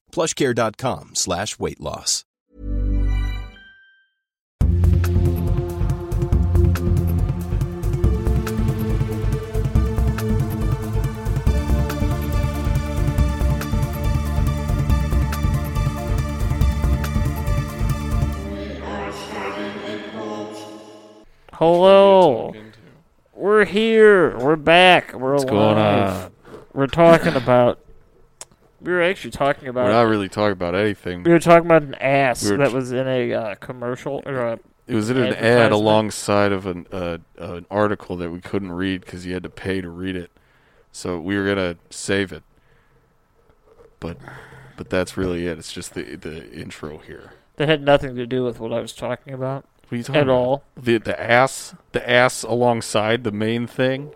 Plushcare.com slash weight loss. Hello. We're here. We're back. We're What's alive. going on? We're talking about. We were actually talking about. We're not really talking about anything. we were talking about an ass We were that tr- was in a uh, commercial or a It was in an ad Advertisement. alongside of an uh, an article that we couldn't read because you had to pay to read it. So we were gonna save it, but but that's really it. It's just the the intro here. that had nothing to do with what I was talking about What are you talking at about? all. The the ass the ass alongside the main thing.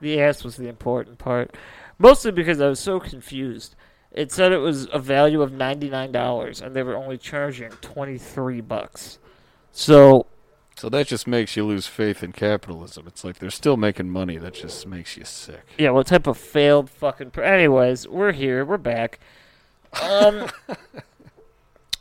The ass was the important part, mostly because I was so confused. It said it was a value of ninety nine dollars, and they were only charging twenty three bucks. So So that just makes you lose faith in capitalism. It's like they're still making money. That just makes you sick. Yeah, what type of failed fucking. Pr- Anyways, we're here. We're back. Um,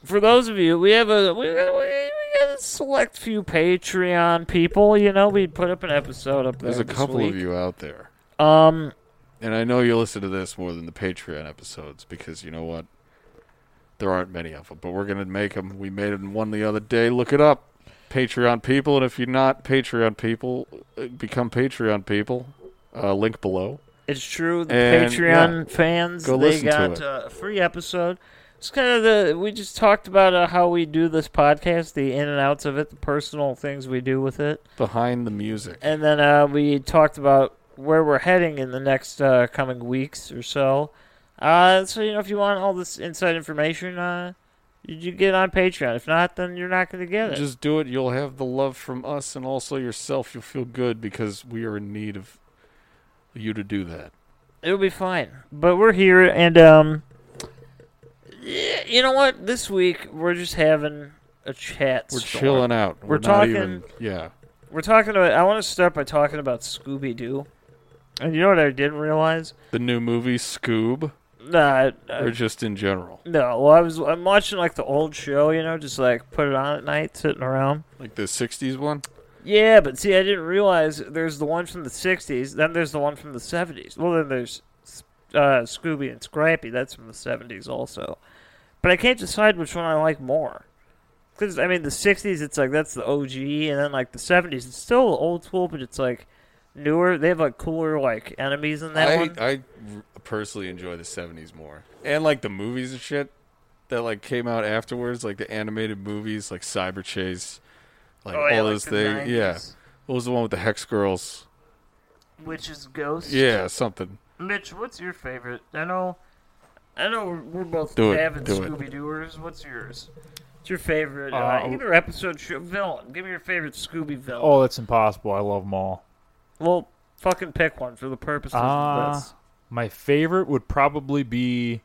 for those of you, we have a we, we, we got a select few Patreon people. You know, we put up an episode up there. There's a this couple week. of you out there. Um, And I know you listen to this more than the Patreon episodes because you know what? There aren't many of them, but we're going to make them. We made one the other day. Look it up. Patreon people. And if you're not Patreon people, uh, become Patreon people. Uh, link below. it's true. The And, Patreon fans go they listen to got it. uh, a free episode. It's kind of the we just talked about uh, how we do this podcast, the in and outs of it, the personal things we do with it. Behind the music. And then uh, we talked about where we're heading in the next uh, coming weeks or so. Uh, so you know, if you want all this inside information, uh, you, you get it on Patreon. If not, then you're not going to get it. Just do it. You'll have the love from us and also yourself. You'll feel good because we are in need of you to do that. It'll be fine. But we're here, and um, yeah, you know what? This week we're just having a chat. We're storm. chilling out. We're not talking- even- yeah. We're talking about. I want to start by talking about Scooby Doo. And you know what I didn't realize? uh, The new movie, Scoob, Nah, I- or just in general. No, well, I was I'm watching like the old show, you know, just like put it on at night, sitting around. Like the 60s one? Yeah, but see, I didn't realize there's the one from the '60s, then there's the one from the '70s. Well, then there's uh, Scooby and Scrappy. That's from the '70s also. But I can't decide which one I like more. Because I mean, the '60s, it's like that's the OG, and then like the '70s, it's still old school, but it's like newer. They have like cooler like enemies in that I, one. I r- personally enjoy the 70s more. And like the movies and shit that like came out afterwards, like the animated movies like Cyber Chase, like Oh, all yeah, like those the things. Yeah. 90s. What was the one with the Hex Girls? Which is Ghost. Yeah, something. Mitch, what's your favorite? I know, I know we're, we're both Do it, avid do it. Scooby Dooers. What's yours? What's your favorite? Uh, Uh, either episode sh- villain. Give me your favorite Scooby villain. Oh, that's impossible. I love them all. Well, fucking pick one for the purposes Ah. of this. My favorite would probably be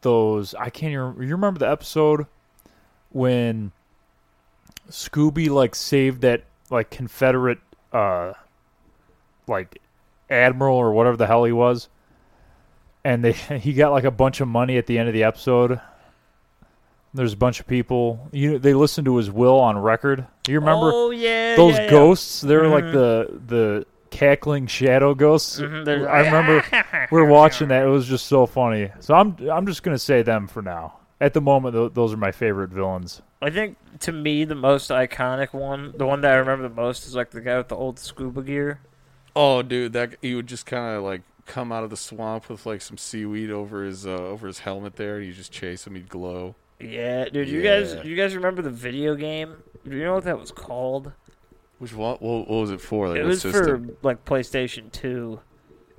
those. I can't even. You remember the episode when Scooby like saved that like Confederate uh like admiral or whatever the hell he was, and they he got like a bunch of money at the end of the episode. There's a bunch of people. You they listened to his will on record. Do you remember? Oh yeah, those yeah, yeah. ghosts they're like the the cackling shadow ghosts Mhm, they're i like, remember we were watching that it was just so funny so i'm i'm just gonna say them for now at the moment, tho- those are my favorite villains. I think to me the most iconic one, the one that I remember the most, is like the guy with the old scuba gear. Oh, dude, that he would just kind of like come out of the swamp with like some seaweed over his uh, over his helmet there, and you just chase him. He'd glow. Yeah, dude. You Yeah. guys, you guys remember the video game? Do you know what that was called? Which one? What, what was it for? Like, it what was system? for like PlayStation Two.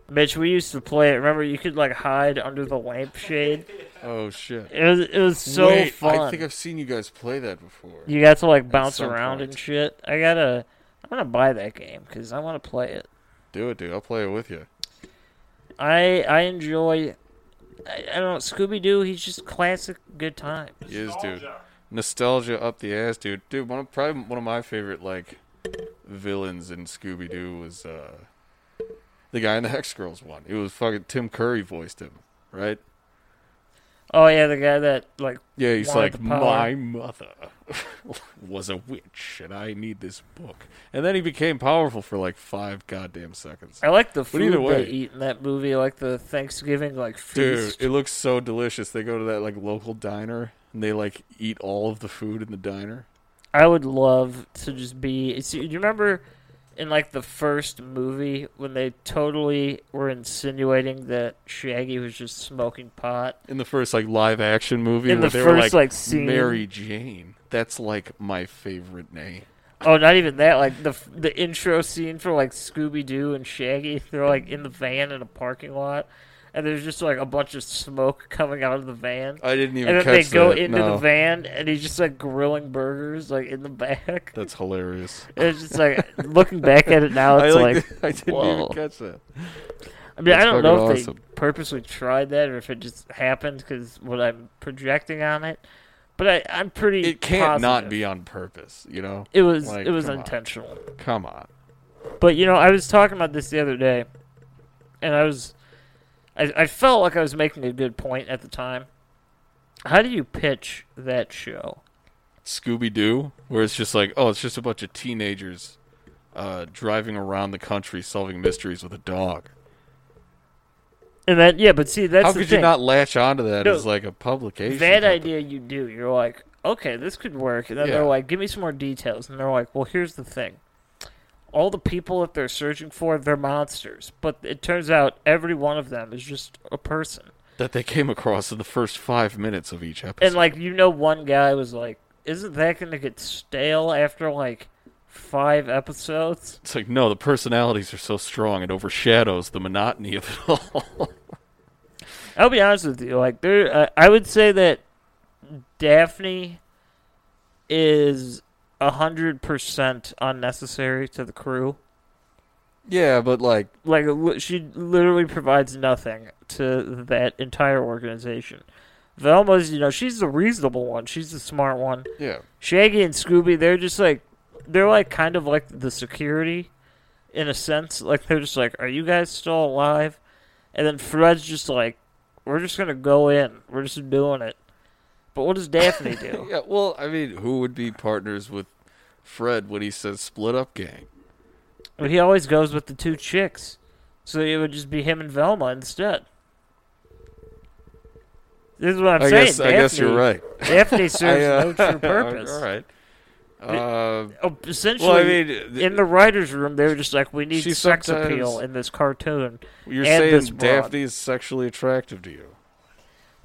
Mitch, we used to play it. Remember, you could like hide under the lampshade. Oh shit! It was it was so Wait, fun. I think I've seen you guys play that before. You got to like bounce some around point. and shit. I gotta, I'm gonna buy that game because I want to play it. Do it, dude. I'll play it with you. I I enjoy. I, I don't know Scooby Doo. He's just classic good time. He is, dude. Nostalgia up the ass, dude. Dude, one of, probably one of my favorite like villains in Scooby Doo was uh, the guy in the Hex Girls one. It was fucking Tim Curry voiced him, right? Oh yeah, the guy that like Yeah, he's wanted like, the power. my mother was a witch, and I need this book. And then he became powerful for like five goddamn seconds. I like the either food way- they eat in that movie. I like the Thanksgiving like Dude, feast. it looks so delicious. They go to that like local diner and they like eat all of the food in the diner. I would love to just be. See, you remember in like the first movie when they totally were insinuating that Shaggy was just smoking pot. In the first like live action movie, In where the they were first, like, like, scene. Mary Jane. That's like my favorite name. Oh, not even that. Like the the intro scene for like Scooby Doo and Shaggy, they're like in the van in a parking lot, and there's just like a bunch of smoke coming out of the van. I didn't even And then they catch go that. into no. the van, and he's just like grilling burgers like in the back. That's hilarious. It's just like looking back at it now, it's I like, I didn't whoa. even catch that. I mean, I that's don't know fucking if awesome. they purposely tried that or if it just happened because what I'm projecting on it, but I, I'm pretty. It can't not positive. be on purpose, you know? It was Like, it was come on. intentional. Come on. But you know, I was talking about this the other day, and I was, I, I felt like I was making a good point at the time. How do you pitch that show? Scooby Doo, where it's just like, oh, it's just a bunch of teenagers uh, driving around the country solving mysteries with a dog. And then yeah, but see, that's How the could thing. you not latch onto that No. as like a publication? that company? idea you do. You're like, okay, this could work. And then Yeah. they're like, give me some more details. And they're like, well, here's the thing. All the people that they're searching for, they're monsters. But it turns out every one of them is just a person. that they came across in the first five minutes of each episode. And like you know, one guy was like, "Isn't that going to get stale after like five episodes?" it's like, no, the personalities are so strong it overshadows the monotony of it all. I'll be honest with you. Like there, uh, I would say that Daphne is hundred percent unnecessary to the crew. yeah, but like, Like li- she literally provides nothing to that entire organization. Velma's, you know, she's the reasonable one. She's the smart one. yeah, Shaggy and Scooby, they're just like they're like kind of like the security in a sense. Like they're just like, Are you guys still alive? And then Fred's just like, We're just gonna go in. We're just doing it. But what does Daphne do? yeah. Well, I mean, who would be partners with Fred when he says split up gang? but he always goes with the two chicks. So it would just be him and Velma instead. This is what I'm I saying. guess I guess you're Daphne- right. Daphne serves I, uh, no true purpose. All right. Uh, Oh, essentially, well, I mean, th- in the writers' room, they were just like, "We need She sex sometimes- appeal in this cartoon." you're and saying this broad. Daphne is sexually attractive to you.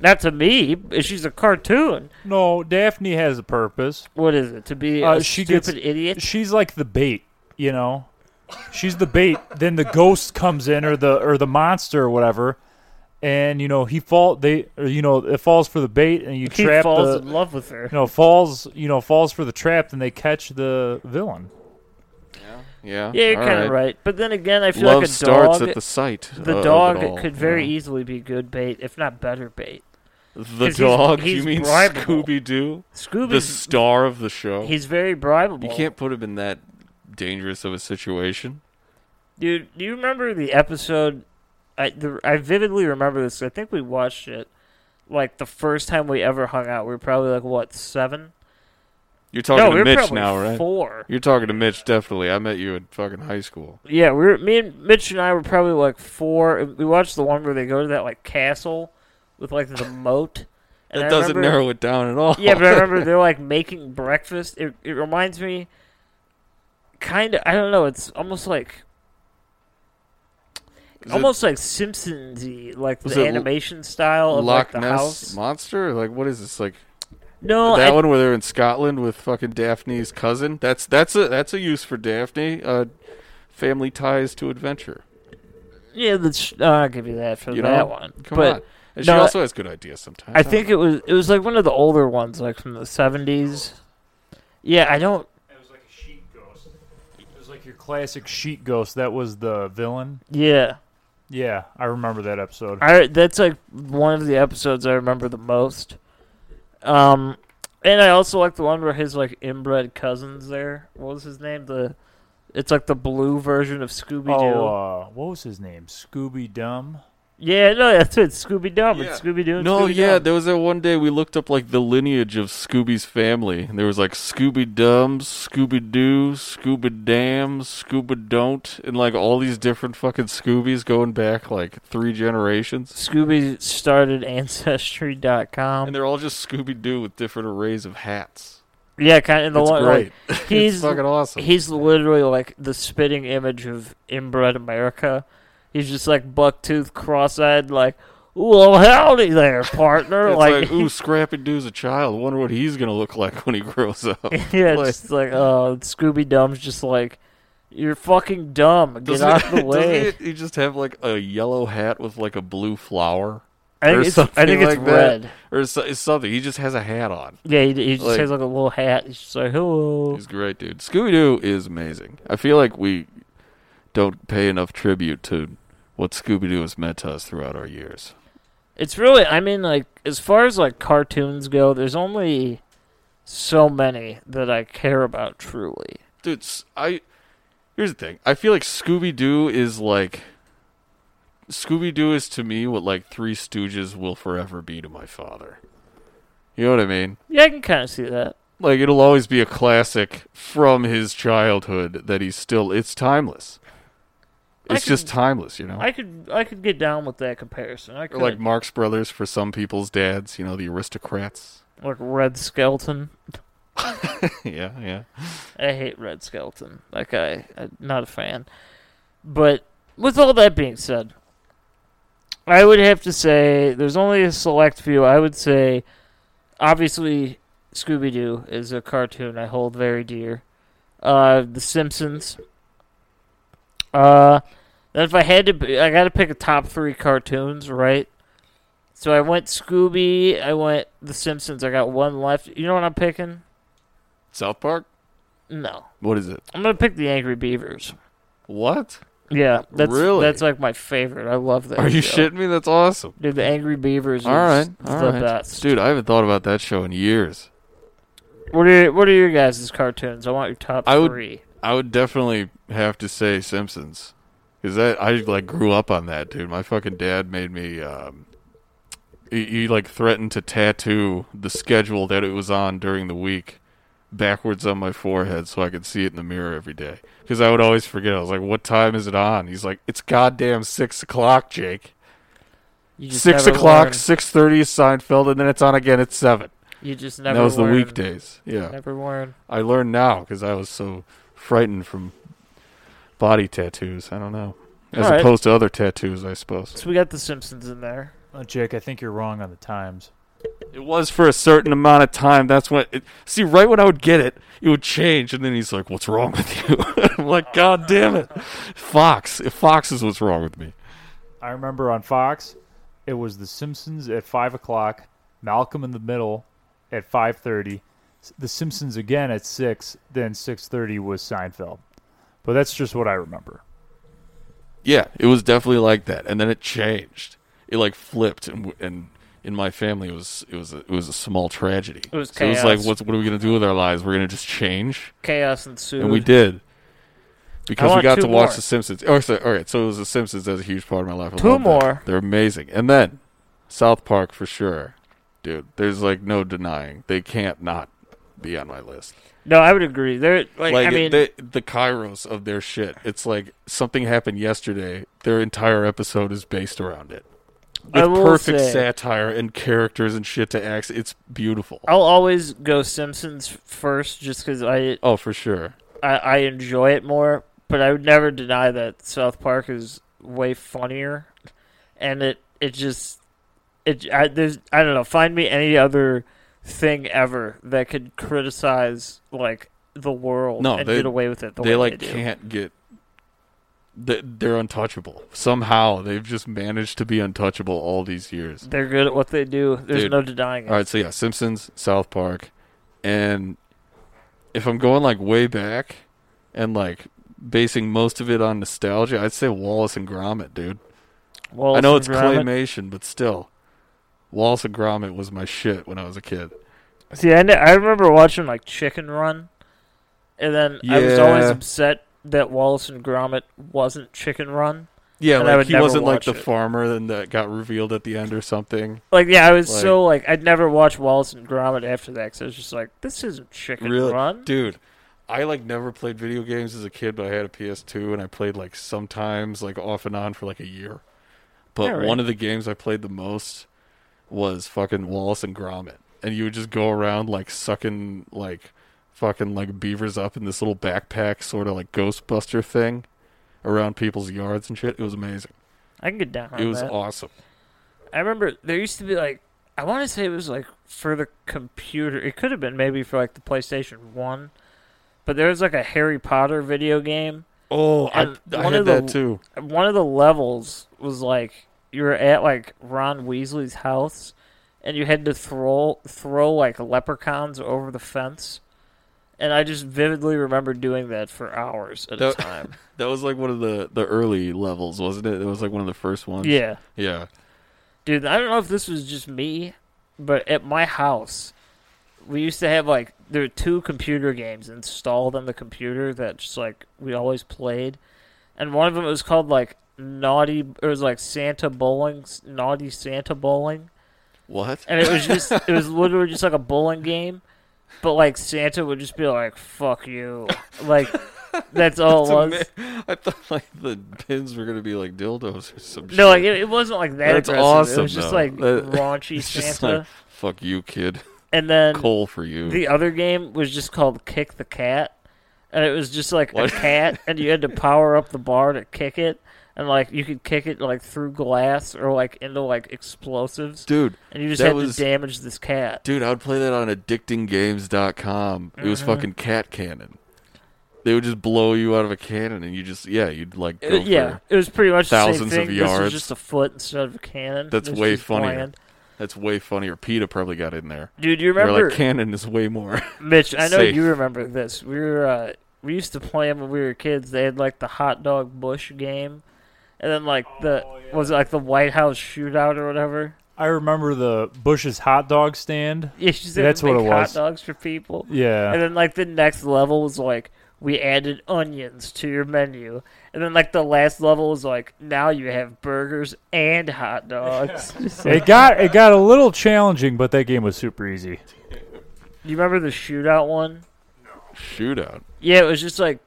Not to me. but She's a cartoon. No, Daphne has a purpose. What is it? To be Uh, a she stupid gets- idiot? She's like the bait, you know. She's the bait. then the ghost comes in, or the or the monster, or whatever, and you know he fall they or, you know it falls for the bait, and you He trap falls the in love with her. you know falls you know falls for the trap, and they catch the villain. Yeah. yeah, you're all kind of right. But then again, I feel Love like a starts dog. at the sight. the uh, of dog it all, could you very know? easily be good bait, if not better bait. The 'cause he's- dog? you he's mean bribable. Scooby Doo? The Scooby, star of the show? he's very bribable. you can't put him in that dangerous of a situation. Dude, do you remember the episode? I the, I vividly remember this. I think we watched it like the first time we ever hung out. We were probably like what seven? You're talking no, we to were Mitch probably now, right? four. You're talking to Mitch, definitely. I met you in fucking high school. Yeah, we were, me and Mitch and I were probably like four. and We watched the one where they go to that like castle with like the moat, And that I doesn't remember- narrow it down at all. Yeah, but I remember they're like making breakfast. It, it reminds me, kind of. I don't know. It's almost like, Is it almost like Simpsons-y, like Was the it animation style of like Loch the Ness house. monster. Like, what is this? Like no, that I, one where they're in Scotland with fucking Daphne's cousin. That's that's a that's a use for Daphne. Uh, family ties to adventure. yeah, that's, uh, I'll give you that for You that know? one. Come but on. And she no, also has good ideas sometimes. I think it was it was like one of the older ones, like from the seventies. Yeah, I don't. It was like a sheet ghost. It was like your classic sheet ghost. That was the villain. Yeah, Yeah, I remember that episode. I that's like one of the episodes I remember the most. Um, and I also like the one where his like inbred cousins there. What was his name? The it's like the blue version of Scooby Doo. oh, uh, what was his name? Scooby Dumb. yeah, no, that's it. Scooby Dum. Yeah. It's Scooby Doo. No, Scooby yeah, there was that one day we looked up like the lineage of Scooby's family, and there was like Scooby Dum, Scooby Doo, Scooby Dam, Scooba Don't, and like all these different fucking Scoobies going back like three generations, Scooby started Ancestry.com. and they're all just Scooby Doo with different arrays of hats. yeah, kind of in the It's one. great. Like, he's it's fucking awesome. He's literally like the spitting image of inbred America. He's just like bucktooth, cross-eyed, like, "Well, howdy there, partner!" it's like, like, ooh, Scrappy Doo's a child. Wonder what he's gonna look like when he grows up. yeah, like- it's just like, oh, Scooby Dumb's just like, "You're fucking dumb. Get Doesn't out it- the way." Doesn't he, he just have like a yellow hat with like a blue flower? I or think it's, something I think it's like that. red. or so, it's something. He just has a hat on. Yeah, he, he just Like- has like a little hat. He's just like, "Hello." He's great, dude. Scooby Doo is amazing. I feel like we don't pay enough tribute to what Scooby Doo has meant to us throughout our years. It's really, I mean, like as far as like cartoons go, there's only so many that I care about truly. Dude, s- I here's the thing. I feel like Scooby Doo is like Scooby Doo is to me what like Three Stooges will forever be to my father. You know what I mean? Yeah, I can kind of see that. Like it'll always be a classic from his childhood that he's still. It's timeless. I It's just can- timeless, you know. I could I could get down with that comparison. I Or could like like, Marx Brothers for some people's dads, you know, the aristocrats. Red Skeleton. yeah, yeah. I hate Red Skeleton. That guy, I'm not a fan. But with all that being said, I would have to say there's only a select few. I would say, obviously, Scooby Doo is a cartoon I hold very dear. Uh, The Simpsons. Uh, then if I had to, p- I got to pick a top three cartoons, right? So I went Scooby, I went The Simpsons. I got one left. You know what I'm picking? South Park? No. What is it? I'm gonna pick the Angry Beavers. What? Yeah, that's Really? that's like my favorite. I love that. Are you show. shitting me? That's awesome. Dude, the Angry Beavers is All right. all the right. best. Dude, I haven't thought about that show in years. What are your, what are your guys' cartoons? I want your top I would- three. I would definitely have to say Simpsons. Cuz that I like grew up on that, dude. My fucking dad made me um he, he like threatened to tattoo the schedule that it was on during the week backwards on my forehead so I could see it in the mirror every day. Because I would always forget. I was like, "What time is it on?" He's like, "It's goddamn six o'clock, Jake. You just Six never o'clock, learn. six thirty is Seinfeld, and then it's on again at seven. You just And never. that was the learn. weekdays. Yeah, Never learn. I learned now because I was so frightened from body tattoos. I don't know, as All right. opposed to other tattoos, I suppose. So we got the Simpsons in there. Oh, Jake, I think you're wrong on the times. It was for a certain amount of time. That's when it, see, right when I would get it, it would change, and then he's like, "What's wrong with you?" I'm like, "God damn it, Fox! If Fox is what's wrong with me." I remember on Fox, it was The Simpsons at five o'clock, Malcolm in the Middle at five thirty, The Simpsons again at six, then six thirty was Seinfeld. But that's just what I remember. Yeah, it was definitely like that, and then it changed. It like flipped, and w- and in my family, it was it was a, it was a small tragedy. It was so it was like, chaos. what's what are we gonna do with our lives? We're gonna just change, Chaos ensued. and we did because we want got two to watch more. The Simpsons. Oh, sorry, all right, so it was The Simpsons. That's a huge part of my life. I Two love that. more. They're amazing, and then South Park for sure, dude. There's like no denying they can't not be on my list No, I would agree. They're like, like I it- mean, the, the kairos of their shit it's like something happened yesterday their entire episode is based around it I with will perfect say- satire and characters and shit to act. It's beautiful. I'll always go Simpsons first, just because I, Oh, for sure. I I enjoy it more. But I would never deny that South Park is way funnier, and it it just it I, there's I don't know. Find me any other thing ever that could criticize like the world No, and they- get away with it. The they way like they do. can't get they- they're untouchable somehow they've just managed to be untouchable all these years They're good at what they do. There's Dude. no denying it. all right so yeah simpsons south park and if i'm going like way back and like basing most of it on nostalgia i'd say wallace and gromit dude Wallace i know and it's Gromit. claymation but still wallace and gromit was my shit when i was a kid See, I, kn- I remember watching like Chicken Run, and then I was always Yeah. upset that Wallace and Gromit wasn't Chicken Run. yeah And I would like he never wasn't like watch the it. farmer then that got revealed at the end or something Like, yeah, I was Like- so like I'd never watch Wallace and Gromit after that because I was just like, this isn't Chicken really, Run. dude. I like never played video games as a kid, but I had a PS2 and I played like sometimes, like off and on for like a year. But Yeah, right. one of the games I played the most was fucking Wallace and Gromit, and you would just go around like sucking like fucking like beavers up in this little backpack, sort of like Ghostbuster thing, around people's yards and shit. It was amazing. I can get down. it on was that. awesome. I remember there used to be like I want to say it was like for the computer. It could have been maybe for like the PlayStation One, but there was like a Harry Potter video game Oh, I, And I one had of the- that too. one of the levels was like you were at like Ron Weasley's house, and you had to throw throw like leprechauns over the fence, and I just vividly remember doing that for hours at a That- time. That was like one of the the early levels, wasn't it? It was like one of the first ones. yeah, yeah. dude, I don't know if this was just me, but at my house, we used to have like there were two computer games installed on the computer that just like we always played, and one of them was called like naughty or it was like Santa bowling, naughty Santa bowling, What? and it was just it was literally just like a bowling game, but like Santa would just be like "fuck you," like that's all It's it was. ama- I thought like the pins were gonna be like dildos or some shit. No, like it, it wasn't like that. That's aggressive. awesome, It was just though. like That- raunchy it's Santa, just like fuck you, kid. and then Coal for you. The other game was just called Kick the Cat, and it was just like What? a cat, and you had to power up the bar to kick it, and like you could kick it like through glass or like into like explosives, dude, and you just that had was- to damage this cat. dude, I would play that on addictinggames.com. It Mm-hmm. was fucking cat cannon. They would just blow you out of a cannon, and you just yeah, you'd like go It- Uh, yeah, for. it was pretty much thousands the same of thing. This was yards. just a foot instead of a cannon. That's It was way just funnier. bland. That's way funnier. Peta probably got in there. dude. You They were remember like cannon is way more. Mitch, I know Safe. you remember this. We were uh, we used to play 'em when we were kids. They had like the hot dog bush game, and then like the was it like the White House shootout or whatever. I remember the Bush's hot dog stand. Yeah, she said That's make what it hot was. dogs for people. And Yeah. then like the next level was like we added onions to your menu, and then like the last level was like now you have burgers and hot dogs. Just like- It got it got a little challenging, but that game was super easy. you remember the shootout one? Shootout. Yeah, it was just like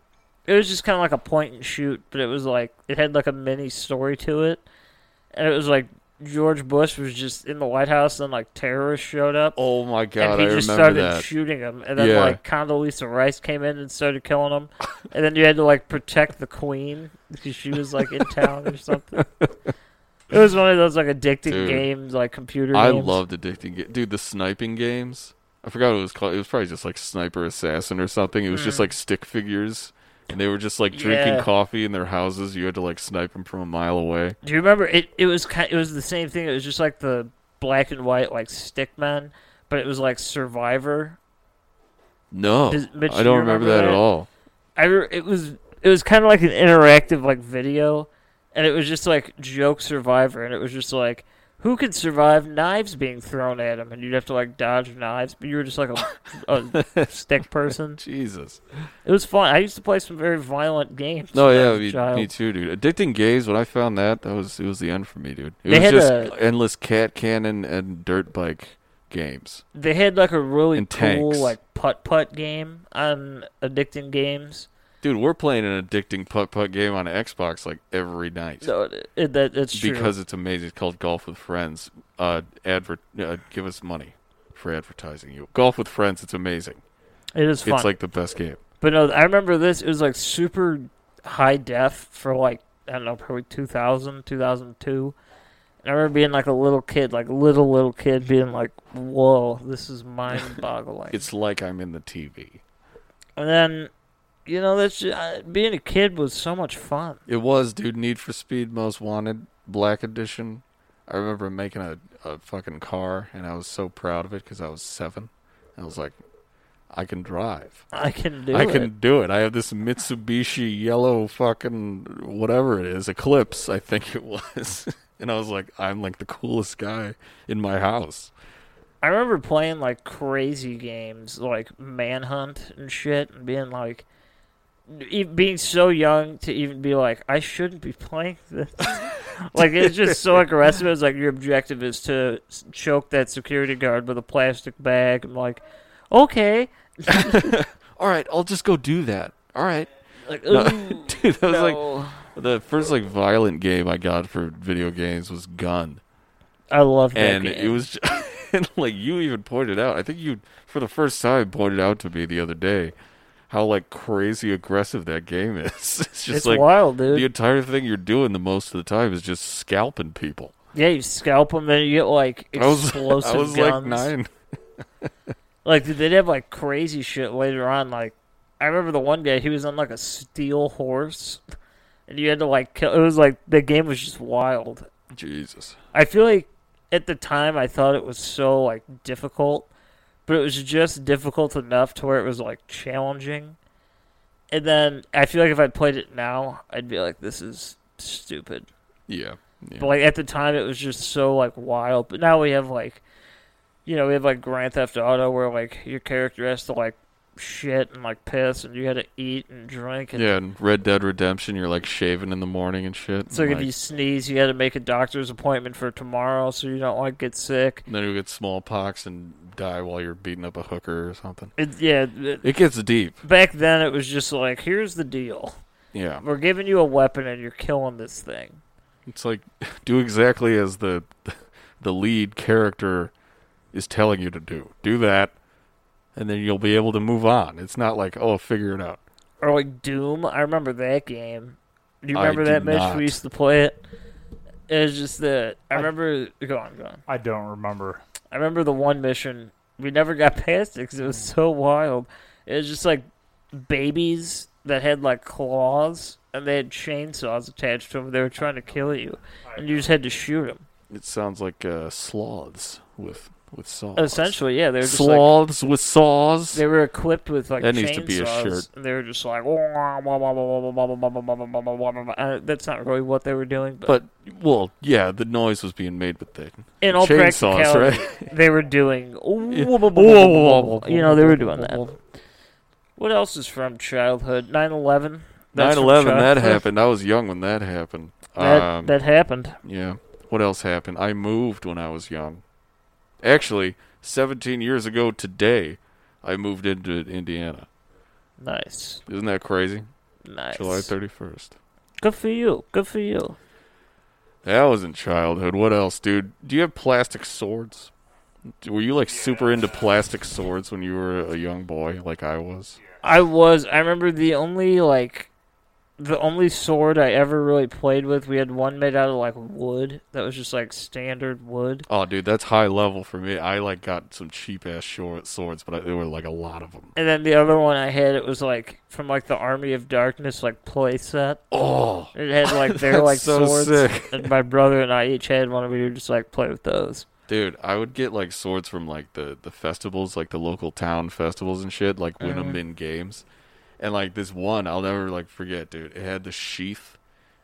it was just kind of like a point and shoot, but it was like it had like a mini story to it, and it was like George Bush was just in the White House, and like terrorists showed up, Oh my god, and he I just remember started that. shooting them, and then Yeah. like Condoleezza Rice came in and started killing them, and then you had to like protect the Queen because she was like in town or something. It was one of those like addicting Dude. games, like computer. I games. loved addicting ga- dude. The sniping games. I forgot what it was called. It was probably just like Sniper Assassin or something. It was just like stick figures, and they were just like drinking Hmm. Yeah. coffee in their houses. You had to like snipe them from a mile away. Do you remember it? It was kind. It was the same thing. It was just like the black and white, like Stickman, but it was like Survivor. No, Does- Mitch, Oh, I do don't you remember remember that at that? all. I. re- It was. It was kind of like an interactive like video, and it was just like joke Survivor, and it was just like who could survive knives being thrown at him, and you'd have to like dodge knives, but you were just like a, a stick person. Jesus. It was fun. I used to play some very violent games. No, when I Oh, yeah, was a me, child. me too, dude. Addicting games. When I found that, that was it was the end for me, dude. It They was had just a- endless cat cannon and dirt bike games. they had like a really And cool tanks. like putt putt game on addicting games Dude, we're playing an addicting putt putt game on Xbox like every night No, it, it, that, that's true. because it's amazing. It's called Golf with Friends. Uh, advert, uh, give us money for advertising you. Golf with Friends, it's amazing. it is fun. It's like the best game. But no, I remember this. It was like super high def for like I don't know, probably 2000, 2002. And I remember being like a little kid, like little little kid, being like, "Whoa, this is mind-boggling." It's like I'm in the TV. and then, you know, that's ju- uh, being a kid was so much fun. It was, dude. Need for Speed Most Wanted Black Edition. I remember making a, a fucking car, and I was so proud of it because I was seven. I was like, I can drive. I can do I it. can do it. I have this Mitsubishi yellow fucking whatever it is, Eclipse, I think it was. and I was like, I'm like the coolest guy in my house. I remember playing like crazy games like Manhunt and shit, and being like, e- being so young to even be like, I shouldn't be playing this. like it's just so aggressive. It's like your objective is to s- choke that security guard with a plastic bag. I'm like, okay, All right, I'll just go do that. All right. like, No, ooh, dude, that was no. like the first like violent game I got for video games was Gun. I love that and game. it was ju- and like you even pointed out i think you for the first time pointed out to me the other day how like crazy aggressive that game is it's just it's like wild, dude. the entire thing you're doing the most of the time is just scalping people yeah, you scalp them, and you get like i was, explosive I was like guns. nine Like they'd have like crazy shit later on. Like I remember the one guy he was on like a steel horse, and you had to like kill. It was like the game was just wild. jesus I feel like at the time I thought it was so like difficult, but it was just difficult enough to where it was like challenging. And then I feel like if I played it now, I'd be like, "This is stupid." yeah, yeah. But like at the time, it was just so like wild. But now we have like, you know, we have like Grand Theft Auto where like your character has to like shit and like piss, and you had to eat and drink. And yeah and red dead redemption you're like shaving in the morning and shit So like, and, if like, you sneeze, you had to make a doctor's appointment for tomorrow, so you don't like get sick. then you get smallpox and die while you're beating up a hooker or something It, yeah, it- it gets deep back then it was just like, here's the deal: yeah we're giving you a weapon, and you're killing this thing. It's like do exactly as the the lead character is telling you to do. Do that, and then you'll be able to move on. It's not like oh, figure it out. Or like Doom. I remember that game. Do you I remember do that Mitch? not. We used to play it. It was just that I remember. Go on, go on. I don't remember. I remember the one mission we never got past it because it was Mm. so wild. It was just like babies that had like claws and they had chainsaws attached to them. They were trying to kill you, and you just had to shoot them. It sounds like uh, sloths with with saws. Essentially, yeah, they were just like sloths with saws. they were equipped with like That chainsaws, needs to be a shirt. and they were just like "Wah, wah, wah, wah, wah, wah, wah, wah, wah, wah, wah, wah, wah, wah." Uh, that's not really what they were doing, but, but well, yeah, the noise was being made with the in all chainsaws, practicality, right? they were doing Yeah. you know they were doing that. What else is from childhood? 9 11. Nine eleven, that happened. I was young when that happened. That, um, that happened. Yeah. What else happened? I moved when I was young. Actually, 17 years ago today, I moved into Indiana. Nice. Isn't that crazy? Nice. July 31st. Good for you. Good for you. That was in childhood. What else, dude? Do you have plastic swords? D- Were you like super into plastic swords when you were a young boy, like I was? I was. I remember the only, like, the only sword I ever really played with, we had one made out of, like, wood that was just, like, standard wood. Oh, dude, that's high level for me. I like got some cheap ass short swords, but I, there were like a lot of them. And then the other one I had, it was, like, from, like, the Army of Darkness, like, playset. Oh, It had, like, their, That's like, so swords. sick. And my brother and I each had one, and we would just, like, play with those. Dude, I would get like swords from like the the festivals, like the local town festivals and shit, like win 'em in games. And like this one, I'll never like forget, dude. It had the sheath,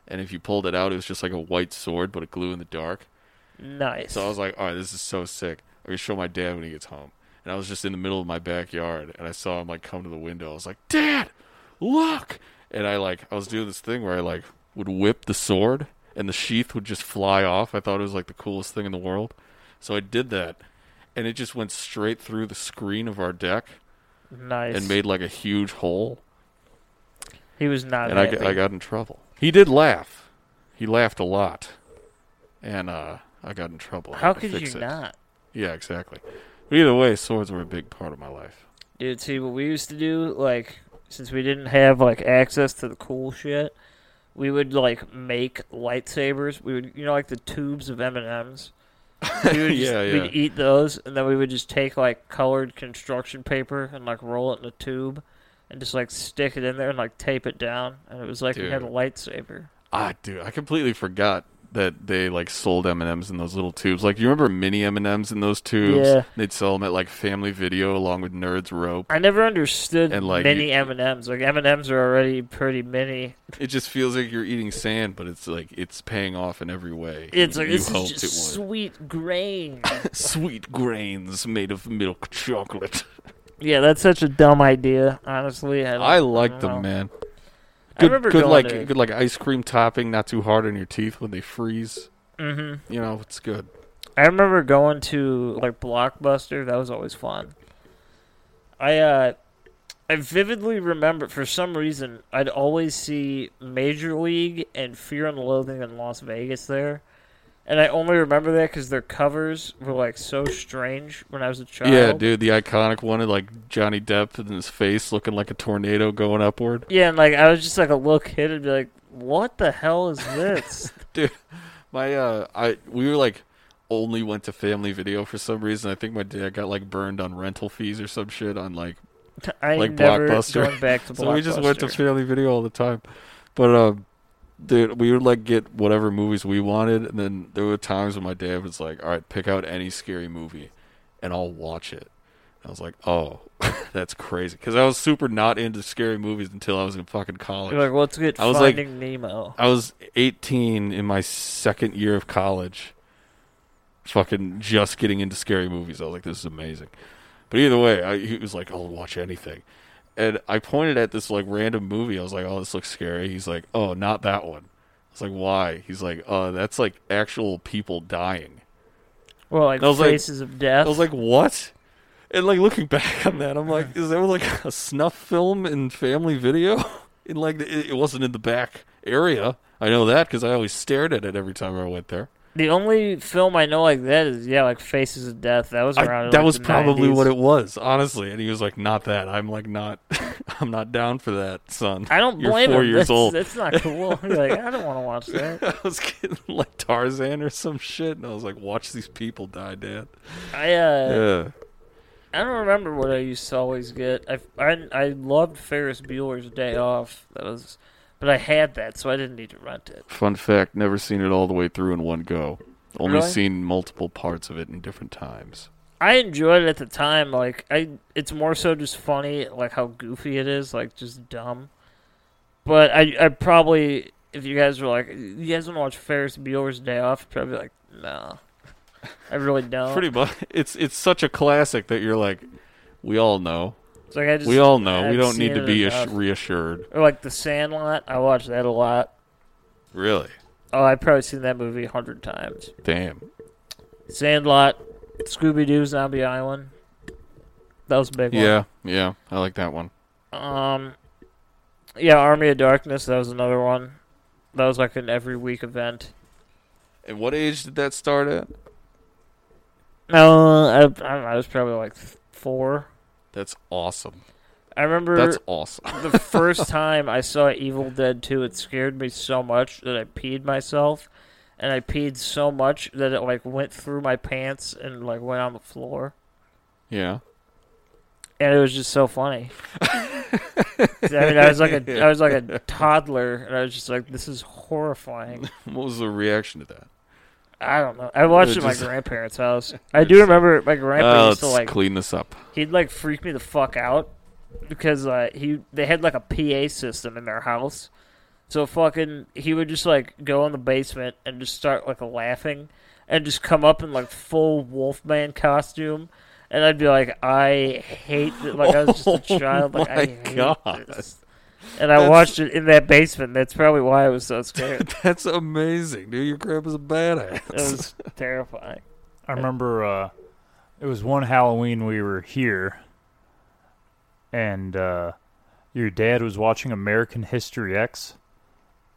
and if you pulled it out, it was just like a white sword, but it glue in the dark. Nice. So I was like, all right, this is so sick. I'm gonna show my dad when he gets home. And I was just in the middle of my backyard, and I saw him like come to the window. I was like, Dad, look! And I like I was doing this thing where I like would whip the sword, and the sheath would just fly off. I thought it was like the coolest thing in the world. So I did that, and it just went straight through the screen of our deck nice. and made like a huge hole. He was not and I, happy. got- I got in trouble. He did laugh. He laughed a lot, and uh, I got in trouble. I How had to could you fix it. not? Yeah, exactly. Either way, swords were a big part of my life. Dude, see what we used to do, like since we didn't have like access to the cool shit, we would like make lightsabers. We would, you know, like the tubes of M and M's. We would just, Yeah, yeah. We'd eat those, and then we would just take like colored construction paper and like roll it in a tube, and just like stick it in there and like tape it down, and it was like we had a Dude. lightsaber. Ah, dude, I completely forgot that they like sold M and M's in those little tubes. Like, you remember mini M and M's in those tubes? Yeah. They'd sell them at like Family Video along with Nerds Rope. I never understood And, like, mini you- M and M's. Like M and M's are already pretty mini. It just feels like you're eating sand, but it's like it's paying off in every way. It's you, like you this is hoped just it would. sweet grain. sweet grains made of milk chocolate. Yeah, that's such a dumb idea. Honestly, I, don't- I don't like know. them, man. I remember good going like to- good like ice cream topping, not too hard on your teeth when they freeze. Mm-hmm. You know, it's good. I remember going to like Blockbuster. That was always fun. I uh, I vividly remember for some reason I'd always see Major League and Fear and Loathing in Las Vegas there, and I only remember that because their covers were like so strange when I was a child. Yeah, dude, the iconic one of like Johnny Depp and his face looking like a tornado going upward. Yeah, and like I was just like a little kid and be like, "What the hell is this?" Dude, my uh, I we were like only went to Family Video for some reason. I think my dad got like burned on rental fees or some shit on like I ain't like never Blockbuster. going back to Blockbuster. So we just went to Family Video all the time. But um, dude, we would like get whatever movies we wanted, and then there were times when my dad was like, "All right, pick out any scary movie, and I'll watch it." I was like, "Oh, that's crazy," because I was super not into scary movies until I was in fucking college. You're like, let's get I was like- Finding Nemo. I was 18 in my second year of college. Fucking just getting into scary movies. I was like, this is amazing. But either way, I, he was like, I'll watch anything. And I pointed at this like random movie. I was like, oh, this looks scary. He's like, oh, not that one. I was like, why? He's like, uh, that's like actual people dying. Well, like I was like- Faces of Death. I was like, what? And like looking back on that, I'm like, is that like a snuff film in Family Video? And like, it, it wasn't in the back area. I know that because I always stared at it every time I went there. the only film I know like that is yeah, like Faces of Death. That was I- around. in, that like, was the probably 90s. what it was, honestly. And he was like, not that. I'm like, not. I'm not down for that, son. I don't You're blame four him. years that's, old. That's not cool. You're like, I don't want to watch that. I was getting like Tarzan or some shit, and I was like, watch these people die, Dad. I uh, Yeah. I don't remember what I used to always get. I, I, I loved Ferris Bueller's Day Off. That was, but I had that, so I didn't need to rent it. Fun fact: never seen it all the way through in one go. Only Really? seen multiple parts of it in different times. I enjoyed it at the time. Like I, it's more so just funny, like how goofy it is, like just dumb. But I, I probably if you guys were like, you guys want to watch Ferris Bueller's Day Off, I'd probably be like, no, I really don't. Pretty much, it's it's such a classic that you're like, we all know, It's like I just, we all know. We I've don't seen need to it be enough. assu- reassured. or like The Sandlot. I watched that a lot. Really, Oh, I've probably seen that movie a hundred times. damn. Sandlot, Scooby Doo, Zombie Island. That was a big Yeah, yeah, I like that one. one. Um, yeah, Army of Darkness. That was another one. That was like an every week event. And what age did that start at? No, I, I don't know. I was probably like th- four. That's awesome. I remember That's awesome. the first time I saw Evil Dead 2, it scared me so much that I peed myself. And I peed so much that it like went through my pants and like went on the floor. Yeah, And it was just so funny. I mean, I was like a I was like a toddler, and I was just like, "This is horrifying." what was the reaction to that? I don't know. I watched it at my Just- grandparents' house. I do remember my grandpa Uh, used let's to like clean this up. he'd like freak me the fuck out because uh, he they had like a PA system in their house. So fucking he would just like go in the basement and just start like laughing and just come up in like full Wolfman costume. And I'd be like, I hate that. Like I was just a Oh child. Like I my hate God. this. And I That's- watched it in that basement. That's probably why I was so scared. That's amazing, dude. Your grandpa's a badass. It was terrifying. I remember uh, it was one Halloween we were here, and uh, your dad was watching American History X,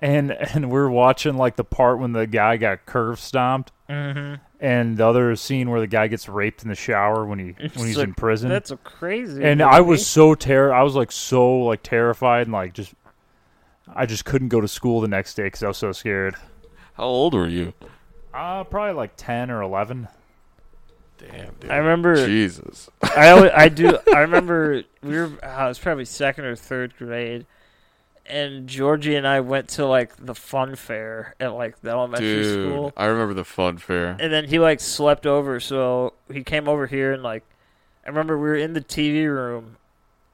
and and we are watching like the part when the guy got curve stomped, Mm-hmm. and the other scene where the guy gets raped in the shower when he when he's It's a- in prison. That's a crazy. and I was so terror. I was like so like terrified and like just. I just couldn't go to school the next day because I was so scared. How old were you? Uh, probably like ten or eleven. Damn, dude. I remember. Jesus. I always, I do. I remember we were. I was probably second or third grade, and Georgie and I went to like the fun fair at like the elementary Dude, school, I remember the fun fair. and then he like slept over. So he came over here and like, I remember we were in the TV room,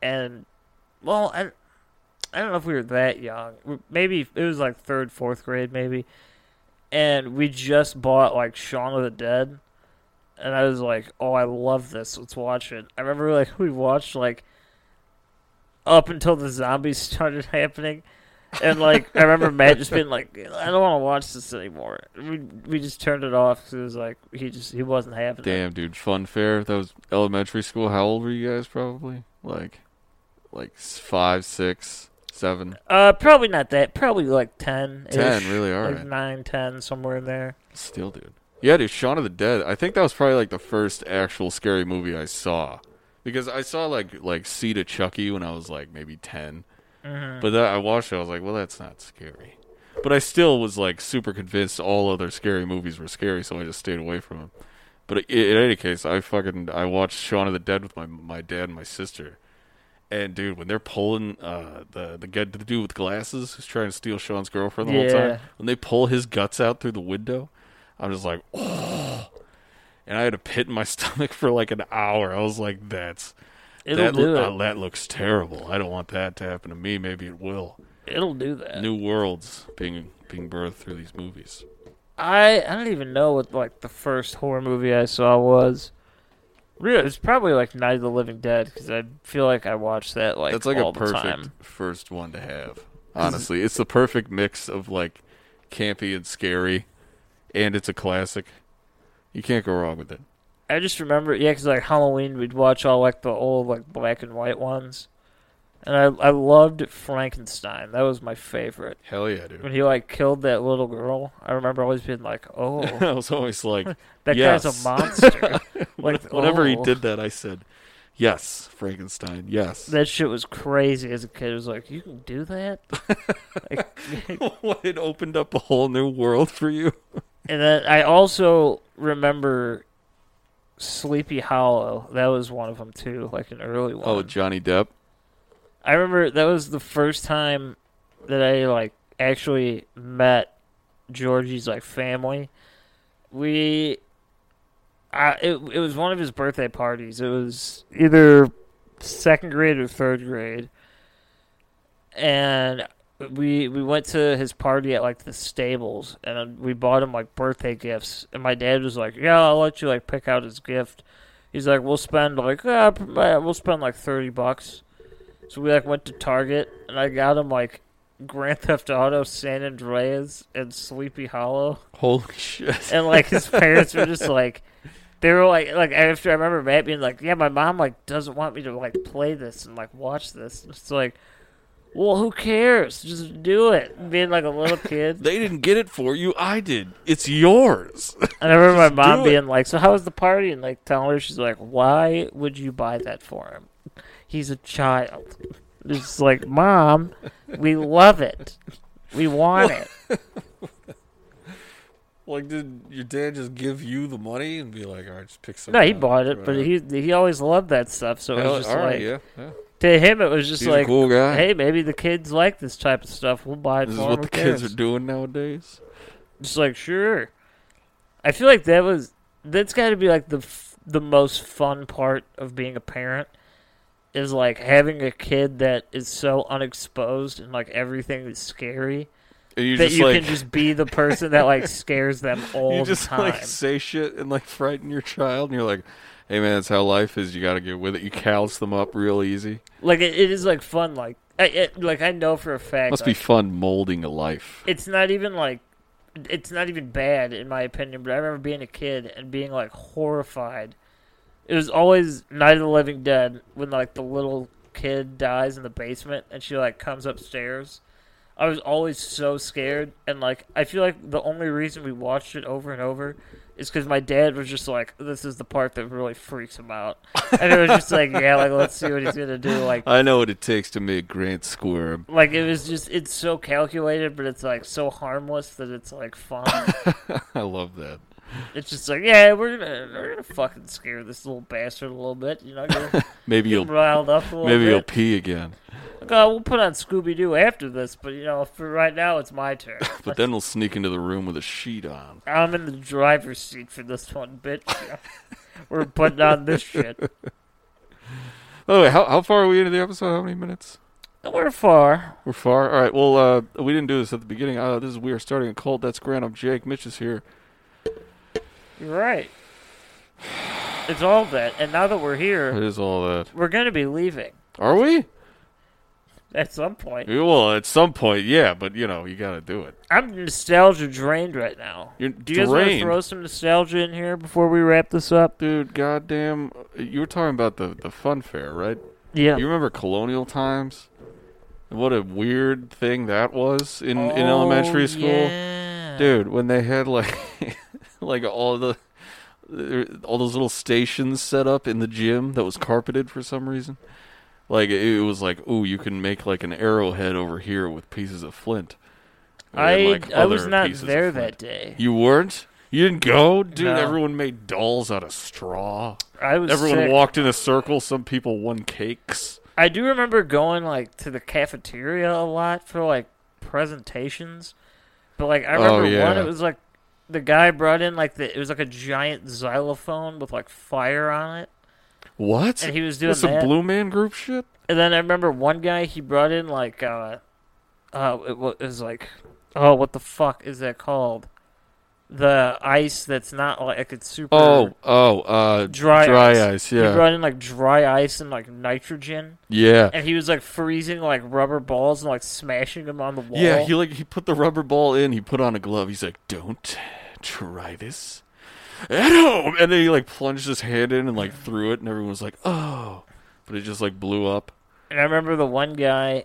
and well, I, I don't know if we were that young. We- Maybe it was like third, fourth grade, maybe, and we just bought like Shaun of the Dead and I was like, "Oh, I love this. Let's watch it." I remember like we watched like up until the zombies started happening, and like I remember Matt just being like, "I don't want to watch this anymore." We we just turned it off because it was like he just he wasn't having it. Damn, dude. Fun fair. That was elementary school. How old were you guys probably? Like, like s- five, six, seven. Uh, probably not that. Probably like ten. 10, really, all like right. nine, ten, somewhere in there. Still, dude. Yeah, dude. Shaun of the Dead. I think that was probably like the first actual scary movie I saw, because I saw like like Seed of Chucky when I was like maybe 10 But that, I watched it. I was like, well, that's not scary. But I still was like super convinced all other scary movies were scary, so I just stayed away from them. But i- in any case, I fucking I watched Shaun of the Dead with my my dad and my sister. And dude, when they're pulling uh, the the guy, the dude with glasses who's trying to steal Sean's girlfriend the whole Yeah. time, when they pull his guts out through the window, I'm just like, oh. And I had a pit in my stomach for like an hour. I was like, that's It'll that, do loo- it. uh, that looks terrible. I don't want that to happen to me. Maybe it will. It'll do that. New worlds being being birthed through these movies. I I don't even know what like the first horror movie I saw was. Real, it's probably like Night of the Living Dead because I feel like I watched that like That's like all a the perfect time. first one to have. Honestly, it's the perfect mix of like campy and scary, and it's a classic. You can't go wrong with it. I just remember yeah, because like Halloween we'd watch all like the old like black and white ones, and I I loved Frankenstein. That was my favorite. Hell yeah, When dude. he like killed that little girl, I remember always being like, "Oh, I was always like, that guy's Yes. a monster." like whenever he oh. did that, I said, "Yes, Frankenstein. Yes." that shit was crazy as a kid. It was like, "You can do that." What, it opened up a whole new world for you. And then I also remember Sleepy Hollow. That was one of them too, like an early one. Oh, Johnny Depp. I remember that was the first time that I like actually met Georgie's like family. We, I it it was one of his birthday parties. It was either second grade or third grade, and we we went to his party at like the stables, and we bought him like birthday gifts. And my dad was like, "Yeah, I'll let you like pick out his gift." He's like, "We'll spend like uh, we'll spend like thirty bucks." So we like went to Target, and I got him like Grand Theft Auto, San Andreas, and Sleepy Hollow. Holy shit. And like his parents were just like, they were like, like after I remember Matt being like, yeah, my mom like doesn't want me to like play this and like watch this. And it's like, well, who cares? Just do it. Being like a little kid, They didn't get it for you. I did. It's yours. and I remember my mom do it. being like, so how was the party? And like telling her, she's like, why would you buy that for him? He's a child. It's like, mom, we love it. We want it. Like, did your dad just give you the money and be like, "All right, just pick something"? No, he bought it, but he he always loved that stuff. So it was just like yeah, yeah. to him, it was just He's a like, cool guy. hey, maybe the kids like this type of stuff. We'll buy it This is for what them. the Who kids are cares?" doing nowadays. Just like sure. I feel like that was that's got to be like the f- the most fun part of being a parent is like having a kid that is so unexposed and like everything is scary And you that just you like can just be the person that like scares them all you just the time. like say shit and like frighten your child, and you're like, "Hey, man, that's how life is. You got to get with it. You callous them up real easy. like it, it is like fun. Like I it, like I know for a fact Must like, be fun molding a life." it's not even like it's not even bad in my opinion but i remember being a kid and being like horrified it was always night of the living dead when like the little kid dies in the basement and she like comes upstairs. I was always so scared and like I feel like the only reason we watched it over and over is because my dad was just like, "This is the part that really freaks him out," and it was just like, "Yeah, like let's see what he's gonna do." Like I know what it takes to make Grant squirm. like it was just it's so calculated, but it's like so harmless that it's like fun. I love that. it's just like yeah, we're gonna we're gonna fucking scare this little bastard a little bit, you know, get him Maybe you'll riled up a little maybe you'll bit. pee again, Like, oh, we'll put on Scooby Doo after this, but you know, for right now it's my turn. but then we'll sneak into the room with a sheet on. I'm in the driver's seat for this one, bitch. we're putting on this shit. By the way, how how far are we into the episode? How many minutes? We're far. We're far. All right. Well, uh, we didn't do this at the beginning. Uh, this is we are starting a cult. That's Grant. I'm Jake. Mitch is here. You're right. It's all that, and now that we're It here, is all that. we're gonna be leaving Are we? at some point. Well, at some point, yeah. But you know, you got to do it. I'm nostalgia drained right now. You're Do you guys want to drained. throw some nostalgia in here before we wrap this up? Dude, goddamn! You were talking about the the fun fair, right? Yeah. You remember colonial times? And What a weird thing that was in, in Oh, elementary school, yeah. dude. When they had like like all the uh, all those little stations set up in the gym that was carpeted for some reason. Like it was like, ooh, you can make like an arrowhead over here with pieces of flint. And I then, like, I was other not pieces of there that flint. day. You weren't? You didn't go, dude. No. Everyone made dolls out of straw. I was Everyone sick. walked in a circle. Some people won cakes. I do remember going like to the cafeteria a lot for like presentations, but like I Oh, remember one. yeah. It was like the guy brought in like the it was like a giant xylophone with like fire on it, What? and he was doing That's some that. Blue Man Group shit. And then I remember one guy he brought in like uh, uh, it wa- it was like, oh, what the fuck is that called? The ice that's not like it's super. Oh, oh, uh, Dry dry ice. yeah, He brought in like dry ice and like nitrogen, yeah, and he was like freezing like rubber balls and like smashing them on the wall. yeah. He like he put the rubber ball in. He put on a glove. He's like, "Don't try this at home." And then he like plunged his hand in and like threw it, and everyone was like, "Oh!" But it just like blew up. And I remember the one guy,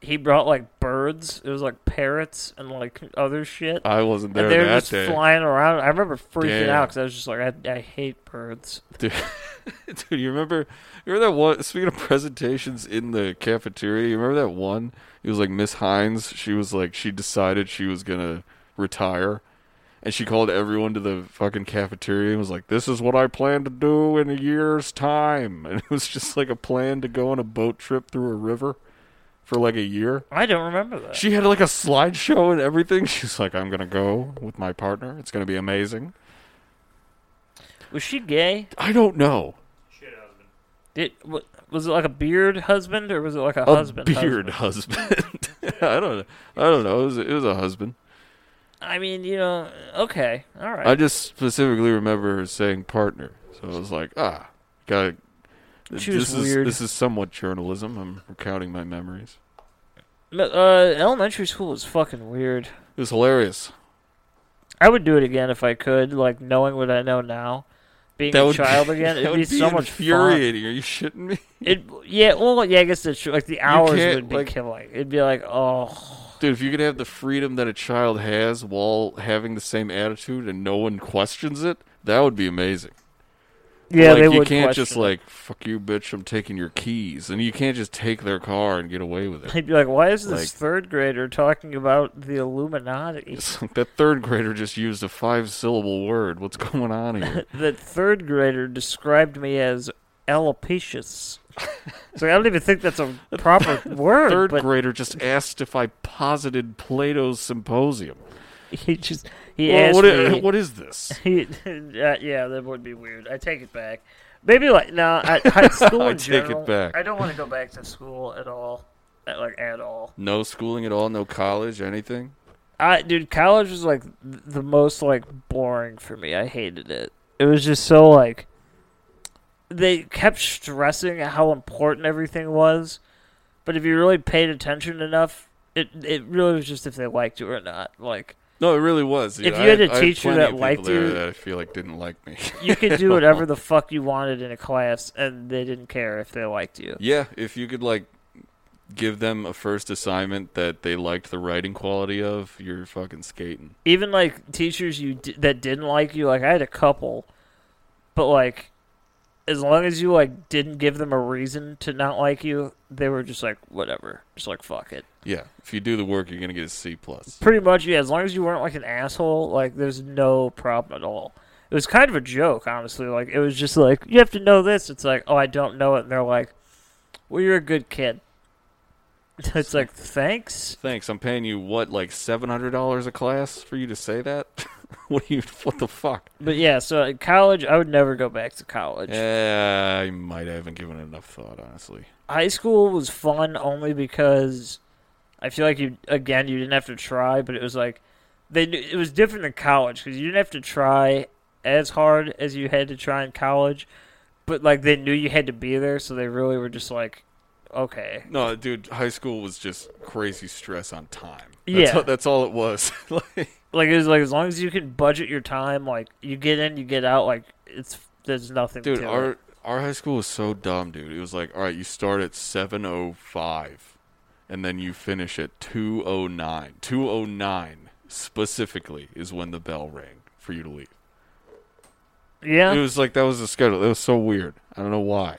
he brought like birds. It was like parrots and like other shit. I wasn't there and they were Oh, that just day. flying around. I remember freaking Damn. out because I was just like, I, I hate birds. Dude, dude, you remember? You remember that one? Speaking of presentations in the cafeteria, you remember that one? It was like Miss Hines. She was like, she decided she was gonna retire, and she called everyone to the fucking cafeteria and was like, "This is what I plan to do in a year's time," and it was just like a plan to go on a boat trip through a river for like a year. I don't remember that. She had like a slideshow and everything. She's like, "I'm gonna go with my partner. It's gonna be amazing." Was she gay? I don't know. Did wa- was it like a beard husband or was it like a, a husband? beard husband? husband. I don't know. I don't know. It was, it was a husband. I mean, you know, okay, all right. I just specifically remember her saying partner. So I was like, ah, got. This She was is weird. this is somewhat journalism. I'm recounting my memories. But, uh, elementary school was fucking weird. It was hilarious. I would do it again if I could, like knowing what I know now, being a child again. that It'd would be, so much fun. infuriating. Are you shitting me? It yeah, well yeah, I guess that's true. Like the hours can't, would be like- killing. It'd be like, oh, Dude, if you could have the freedom that a child has while having the same attitude and no one questions it, that would be amazing. yeah, like, they you would can't question just it. like fuck you, bitch. I'm taking your keys, and you can't just take their car and get away with it. They'd be like, why is this like- third grader talking about the Illuminati? It's like that third grader just used a five syllable word. What's going on here? That third grader described me as alopecious. so I don't even think that's a proper word. third but grader just asked if I posited Plato's symposium. he just he Well, asked what, i- uh, me. what is this? He, uh, yeah, that would be weird. I take it back. Maybe like no, I, I, school in I take it general, back. I don't want to go back to school at all, at, like at all. No schooling at all, no college, anything? I dude, college was like th- the most like boring for me. I hated it. It was just so like they kept stressing how important everything was, but if you really paid attention enough, it it really was just if they liked you or not. Like No, it really was. If know, you had I a I teacher plenty that of people liked there you- that I feel like didn't like me. You could do whatever the fuck you wanted in a class, and they didn't care if they liked you. Yeah, if you could like give them a first assignment that they liked the writing quality of, you're fucking skating. Even like teachers you d- that didn't like you, like I had a couple, but like as long as you like didn't give them a reason to not like you, they were just like whatever, just like fuck it. Yeah, if you do the work, you're gonna get a C plus. Pretty much, yeah. As long as you weren't like an asshole, like there's no problem at all. It was kind of a joke, honestly. Like it was just like you have to know this. It's like oh, I don't know it, and they're like, well, you're a good kid. It's like thanks. Thanks. I'm paying you what, like seven hundred dollars a class for you to say that? what do you? What the fuck? But yeah, so in college, I would never go back to college. Yeah, I might haven't given it enough thought, honestly. High school was fun only because I feel like you again you didn't have to try, but it was like they knew- it was different than college because you didn't have to try as hard as you had to try in college, but like they knew you had to be there, so they really were just like, okay, No, dude, high school was just crazy stress on time. That's Yeah. all- that's all it was. like, like it was like as long as you can budget your time, like you get in, you get out, like it's there's nothing. dude to our it. our high school was so dumb dude it was like all right you start at 705 and then you finish at 209 209 specifically is when the bell rang for you to leave yeah, it was like that was the schedule it was so weird i don't know why